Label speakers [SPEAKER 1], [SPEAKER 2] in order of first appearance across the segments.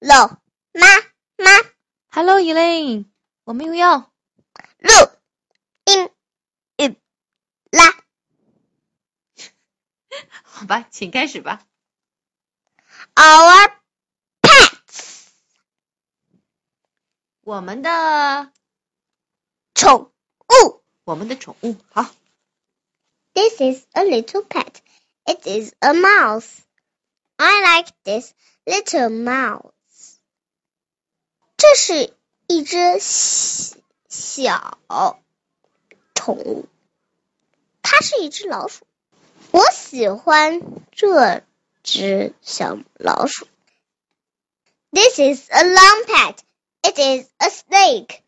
[SPEAKER 1] 喽妈妈
[SPEAKER 2] Hello, Elaine，我们又要
[SPEAKER 1] 录英语啦！
[SPEAKER 2] 好吧，请开始吧。
[SPEAKER 1] Our pets
[SPEAKER 2] 我们的
[SPEAKER 1] 宠物。
[SPEAKER 2] 我们的宠物，好，
[SPEAKER 1] Mm, This is a little pet. It is a mouse. I like this little mouse. 这是一只小小宠物，它是一只老鼠。我喜欢这只小老鼠。This is a long pet. It is a snake.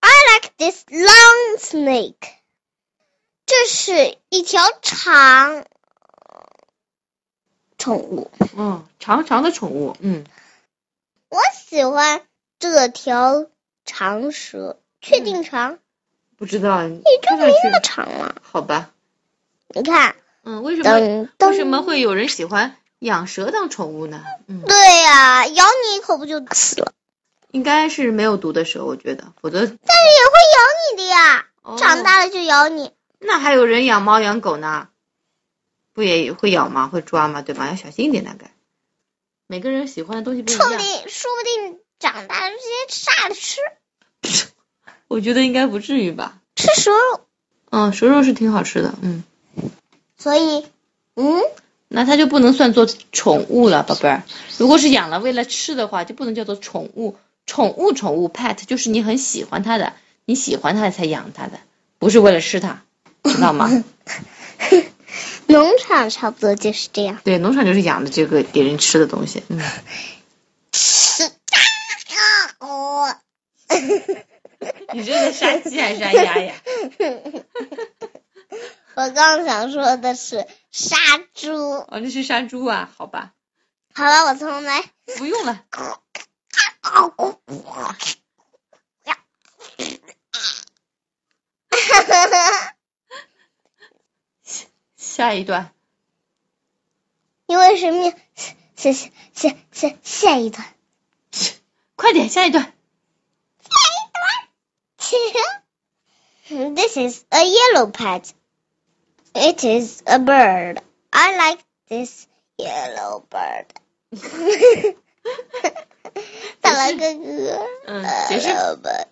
[SPEAKER 1] I like this long snake. 这是一条长宠物，
[SPEAKER 2] 嗯，长长的宠物，嗯，
[SPEAKER 1] 我喜欢这条长蛇。确定长？
[SPEAKER 2] 不知道，
[SPEAKER 1] 你这
[SPEAKER 2] 看
[SPEAKER 1] 么
[SPEAKER 2] 上
[SPEAKER 1] 那么
[SPEAKER 2] 去
[SPEAKER 1] 长吗？
[SPEAKER 2] 好吧，
[SPEAKER 1] 你看，
[SPEAKER 2] 嗯，为什么
[SPEAKER 1] 噔
[SPEAKER 2] 为什么
[SPEAKER 1] 噔，
[SPEAKER 2] 会有人喜欢养蛇当宠物呢？嗯，
[SPEAKER 1] 对呀、咬你一口不就死了？
[SPEAKER 2] 应该是没有毒的蛇，我觉得，否则
[SPEAKER 1] 但是也会咬你的呀，
[SPEAKER 2] 哦，
[SPEAKER 1] 长大了就咬你。
[SPEAKER 2] 那还有人养猫养狗呢，不也会咬吗？会抓吗？对吧？要小心一点，大概。每个人喜欢的东西不一
[SPEAKER 1] 说不
[SPEAKER 2] 样，
[SPEAKER 1] 定，说不定长大了直接炸了吃，
[SPEAKER 2] 我觉得应该不至于吧。
[SPEAKER 1] 吃蛇肉。
[SPEAKER 2] 嗯，蛇肉是挺好吃的，嗯。
[SPEAKER 1] 所以，嗯，
[SPEAKER 2] 那它就不能算作宠物了，宝贝儿。如果是养了为了吃的话，就不能叫做宠物。宠物宠物 pet 就是你很喜欢它的，你喜欢它才养它的，不是为了吃它，知道吗？
[SPEAKER 1] 农场差不多就是这样。
[SPEAKER 2] 对，农场就是养的这个给人吃的东西。嗯，
[SPEAKER 1] 哦。
[SPEAKER 2] 你这是杀鸡还是杀鸭呀？
[SPEAKER 1] 我刚想说的是杀猪。
[SPEAKER 2] 哦，这是杀猪啊，好吧，
[SPEAKER 1] 好了，我重来。
[SPEAKER 2] 不用了。下一段，
[SPEAKER 1] 因为什么呀？下下下下下一段。
[SPEAKER 2] 快点，下一段。
[SPEAKER 1] This is a yellow pet. It is a bird. I like this yellow bird. 再来个歌。
[SPEAKER 2] 嗯，解释。
[SPEAKER 1] Yellow bird.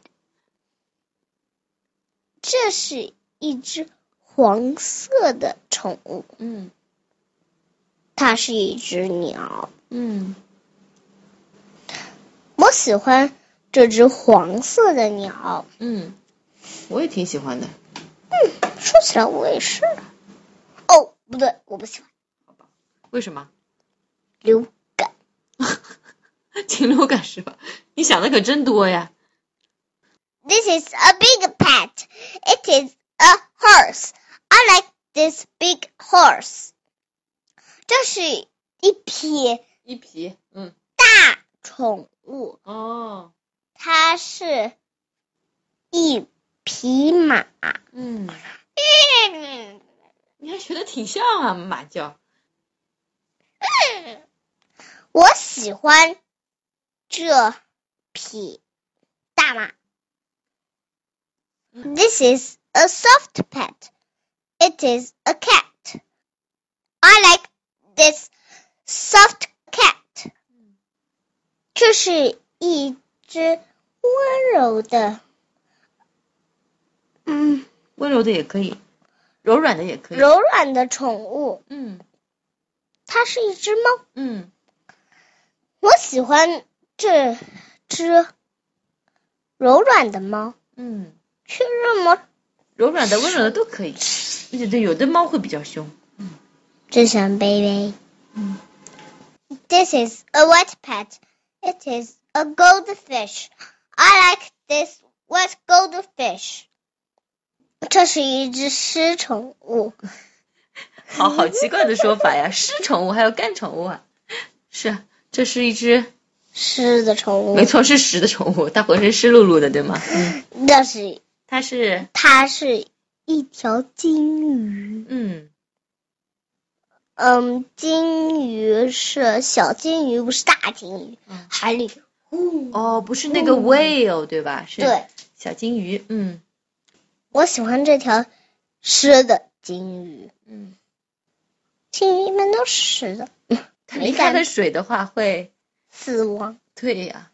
[SPEAKER 1] 这是一只黄色的宠物。
[SPEAKER 2] 嗯
[SPEAKER 1] 它是一只鸟，
[SPEAKER 2] 嗯
[SPEAKER 1] 我喜欢这只黄色的鸟。
[SPEAKER 2] 嗯，我也挺喜欢的。
[SPEAKER 1] 说起来我也是，哦，不对，我不喜欢
[SPEAKER 2] 为什么？
[SPEAKER 1] 流感。
[SPEAKER 2] 禽流感是吧？你想的可真多呀。
[SPEAKER 1] This is a big pet. It is a horse. I like this big horse. 这是一匹
[SPEAKER 2] 一匹，嗯，
[SPEAKER 1] 大宠物，
[SPEAKER 2] 哦，
[SPEAKER 1] 它是一匹马。
[SPEAKER 2] 嗯，你还学的挺像啊，马叫。
[SPEAKER 1] 我喜欢这匹大马。This is a soft pet. It is a cat. I like this soft cat. 这是一只温柔的，嗯，
[SPEAKER 2] 温柔的也可以，柔软的也可以。
[SPEAKER 1] 柔软的宠物。
[SPEAKER 2] 嗯
[SPEAKER 1] 它是一只猫。
[SPEAKER 2] 嗯
[SPEAKER 1] 我喜欢这只柔软的猫。
[SPEAKER 2] 嗯，
[SPEAKER 1] 确认吗？
[SPEAKER 2] 柔软的、温柔的都可以。而且对，有的猫会比较凶。
[SPEAKER 1] 真想 baby。
[SPEAKER 2] 嗯
[SPEAKER 1] This is a wet pet. It is a goldfish. I like this wet goldfish. 这是一只湿宠物，
[SPEAKER 2] 好好奇怪的说 法呀，湿宠物还有干宠物啊？是啊，这是一只，
[SPEAKER 1] 湿的宠物
[SPEAKER 2] 没。错，是湿的宠物，它浑身湿漉漉的，对吗？嗯，
[SPEAKER 1] 那是
[SPEAKER 2] 它是，
[SPEAKER 1] 它是一条金鱼，
[SPEAKER 2] 嗯，
[SPEAKER 1] 嗯，金鱼是小金鱼，不是大金鱼，
[SPEAKER 2] 嗯
[SPEAKER 1] 海里。哦，
[SPEAKER 2] 哦，不是那个 whale 对吧？是
[SPEAKER 1] 对，
[SPEAKER 2] 小金鱼，嗯
[SPEAKER 1] 我喜欢这条湿的金鱼，
[SPEAKER 2] 嗯，
[SPEAKER 1] 金鱼一般都是湿的，
[SPEAKER 2] 它
[SPEAKER 1] 没
[SPEAKER 2] 离开
[SPEAKER 1] 感
[SPEAKER 2] 了水的话会，
[SPEAKER 1] 死亡。
[SPEAKER 2] 对呀、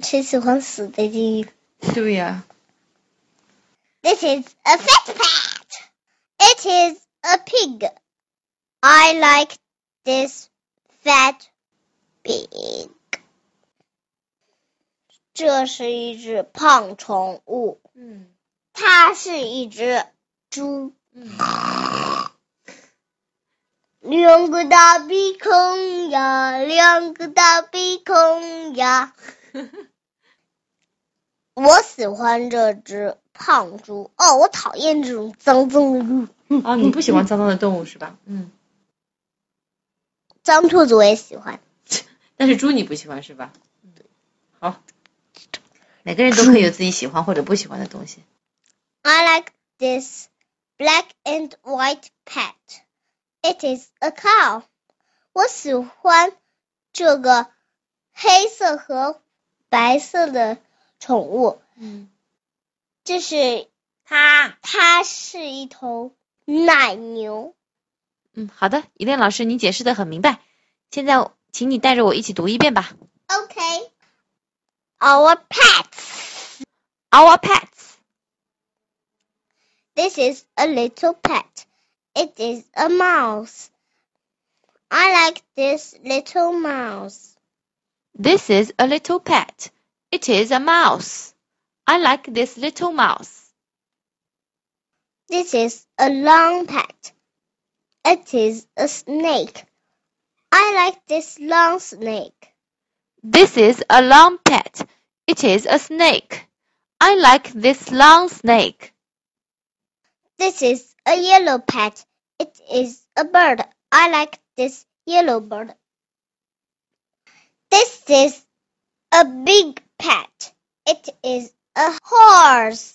[SPEAKER 1] 谁喜欢死的金鱼
[SPEAKER 2] 对呀、
[SPEAKER 1] ？This is a fat cat. It is a pig. I like this fat pig. 这是一只胖宠物。
[SPEAKER 2] 嗯
[SPEAKER 1] 它是一只猪，
[SPEAKER 2] 嗯，
[SPEAKER 1] 两个大鼻孔呀，两个大鼻孔呀。我喜欢这只胖猪，哦，我讨厌这种脏脏的猪，
[SPEAKER 2] 哦，你不喜欢脏脏的动物是吧？嗯，
[SPEAKER 1] 脏兔子我也喜欢。
[SPEAKER 2] 但是猪你不喜欢是吧？好，每个人都可以有自己喜欢或者不喜欢的东西。
[SPEAKER 1] I like this black and white pet. It is a cow. 我喜欢这个黑色和白色的宠物。
[SPEAKER 2] 嗯，
[SPEAKER 1] 这是它，它是一头奶牛。
[SPEAKER 2] 嗯，好的，一恋老师，你解释的很明白。现在，请你带着我一起读一遍吧。
[SPEAKER 1] Okay. Our pets.
[SPEAKER 2] Our pets.
[SPEAKER 1] This is a little pet. It is a mouse. I like this little mouse.
[SPEAKER 2] This is a little pet. It is a mouse. I like this little mouse.
[SPEAKER 1] This is a long pet. It is a snake. I like this long snake.
[SPEAKER 2] This is a long pet. It is a snake. I like this long snake.
[SPEAKER 1] This is a yellow pet. It is a bird. I like this yellow bird. This is a big pet. It is a horse.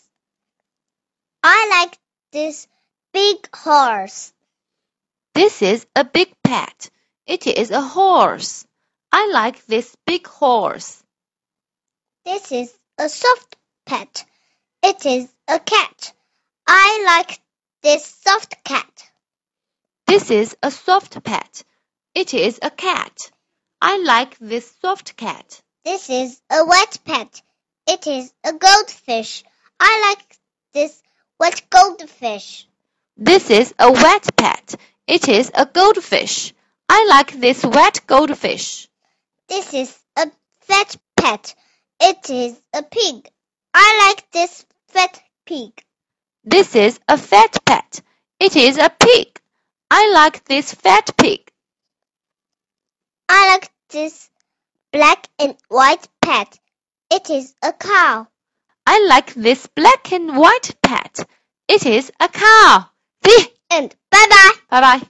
[SPEAKER 1] I like this big horse.
[SPEAKER 2] This is a big pet. It is a horse. I like this big horse.
[SPEAKER 1] This is a soft pet. It is a cat. I like this soft cat.
[SPEAKER 2] This is a soft pet. It is a cat. I like this soft cat.
[SPEAKER 1] This is a wet pet. It is a goldfish. I like this wet goldfish.
[SPEAKER 2] This is a wet pet. It is a goldfish. I like this wet goldfish.
[SPEAKER 1] This is a fat pet. It is a pig. I like this fat pig.
[SPEAKER 2] This is a fat pet. It is a pig. I like this fat pig.
[SPEAKER 1] I like this black and white pet. It is a cow.
[SPEAKER 2] I like this black and white pet. It is a cow. See?
[SPEAKER 1] And bye bye.
[SPEAKER 2] Bye bye.